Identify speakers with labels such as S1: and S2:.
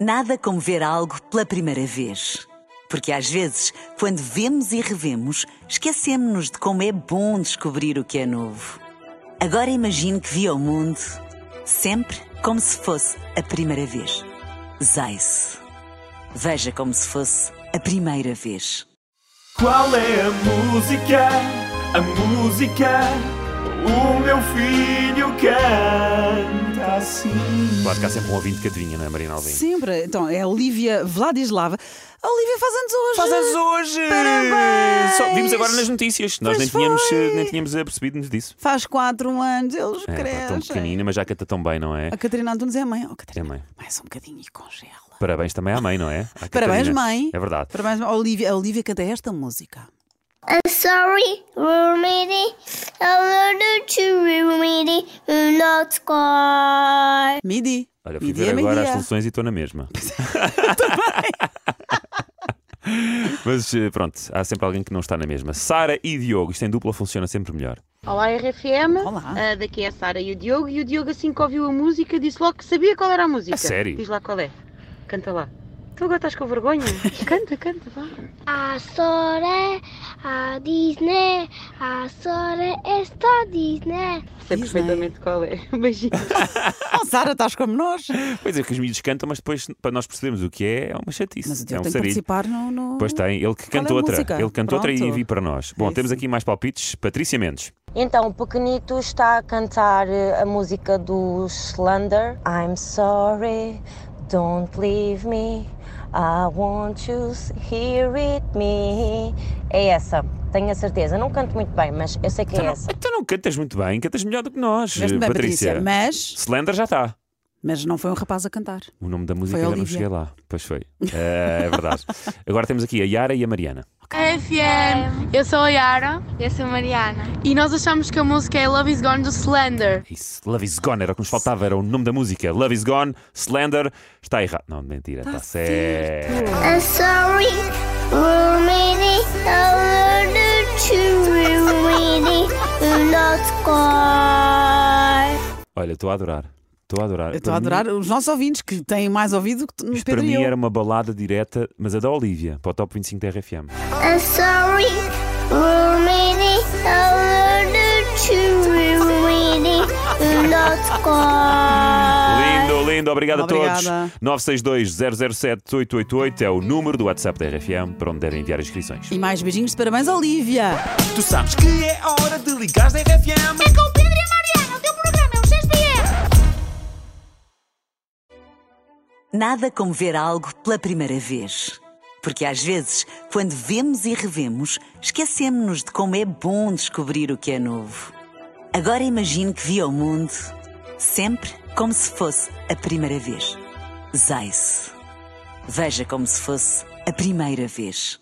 S1: Nada como ver algo pela primeira vez. Porque às vezes, quando vemos e revemos, esquecemos-nos de como é bom descobrir o que é novo. Agora imagine que viu o mundo sempre como se fosse a primeira vez. Zais. Veja como se fosse a primeira vez.
S2: Qual é a música? A música? O meu filho canta assim.
S3: Claro que há sempre um ouvinte que adivinha, não é, Marina Alvim?
S4: Sempre. Então, é a Lívia Vladislava. A Olivia faz anos hoje.
S3: Faz anos hoje!
S4: Parabéns!
S3: Só- vimos agora nas notícias. Nós
S4: Pois
S3: nem tínhamos,
S4: foi.
S3: eh, nem tínhamos percebido-nos disso.
S4: Faz quatro anos, eles
S3: É, pá, tão
S4: crescem.
S3: pequenina, mas já canta tão bem, não é?
S4: A Catarina Antunes é a mãe. Oh, Catarina,
S3: É mãe.
S4: mais um bocadinho e congela.
S3: Parabéns também à mãe, não é? À
S4: Parabéns,
S3: Catarina.
S4: mãe.
S3: É verdade.
S4: Parabéns, mãe. a Olivia, a Olivia canta esta música.
S5: I'm sorry, roommate. I learned to roommate, not score.
S4: Midi.
S3: Olha, fui
S4: midi é
S3: ver agora as
S4: meio-dia.
S3: soluções e estou na mesma. Mas eh, pronto, há sempre alguém que não está na mesma. Sara e Diogo, isto em dupla funciona sempre melhor.
S6: Olá RFM,
S4: Olá.
S6: Ah, daqui é a Sara e o Diogo. E o Diogo, assim que ouviu a música, disse logo que sabia qual era a música.
S3: A sério?
S6: Diz lá qual é. Canta lá. Tu agora estás com vergonha? canta, canta, vá.
S5: A Sora, a Disney, a Sora está Disney.
S6: Sei
S4: Disney.
S6: perfeitamente
S3: né?
S6: qual é. Beijinhos.
S4: Oh, Sara, estás como nós.
S3: Pois é, que os miúdos cantam, mas depois para nós percebermos o que é, é uma chatice.
S4: Mas o
S3: é
S4: Diogo
S3: um
S4: tem que
S3: sarilho.
S4: participar no. no-
S3: Pois tá. tem, ele que
S4: Qual é
S3: canta
S4: a
S3: outra.
S4: música?
S3: Ele canta outra e
S4: Pronto.
S3: vi para nós. Bom,
S4: É
S3: temos
S4: isso.
S3: aqui mais palpites. Patrícia Mendes.
S7: Então, o pequenito está a cantar eh, a música do Slander. I'm sorry, don't leave me. I want you here with me. É essa, tenho a certeza. Não canto muito bem, mas eu sei que é essa.
S3: Tu não cantas muito bem, cantas melhor do que nós,
S4: Veste-me bem,
S3: Patrícia.
S4: Patrícia. Mas,
S3: Slender já está.
S4: mas não foi um rapaz a cantar.
S3: O nome da música
S4: Foi
S3: ainda não
S4: Olivia.
S3: cheguei lá. Pois foi. É, é verdade. Agora temos aqui a Yara e a Mariana.
S8: FM, eu sou a Yara
S9: Eu sou a Mariana.
S8: e nós achamos que a música é Love is Gone do Slender.
S3: É Isso, Love is Gone era o que nos faltava, era o nome da música. Love is Gone, Slender. Está errado. Não, mentira,
S4: Tá
S3: está certo.
S5: I'm sorry, roommate. I learned to roommate, not score.
S3: Olha, estou a adorar. Estou a adorar.
S4: Eu Estou a
S3: Para mim,
S4: adorar os nossos ouvintes que têm mais ouvido que no
S3: Isto
S4: Pedro
S3: para
S4: e
S3: mim
S4: eu.
S3: era uma balada direta, mas a da Olivia, para o top 25 da RFM.
S5: I'm sorry, roommate. I learned to roommate, not score.
S3: Lindo, lindo, obrigado a
S4: Obrigada.
S3: todos. 962 007 888 é o número do WhatsApp da RFM para onde devem enviar inscrições.
S4: E mais beijinhos de parabéns, Olivia.
S2: Tu sabes que é hora de ligares na RFM.
S5: É com Pedro e Mariana, o teu programa é o XPR.
S1: Nada como ver algo pela primeira vez. Porque às vezes, quando vemos e revemos, esquecemos-nos de como é bom descobrir o que é novo. Agora imagine que viu o mundo sempre como se fosse a primeira vez. Zais. Veja como se fosse a primeira vez.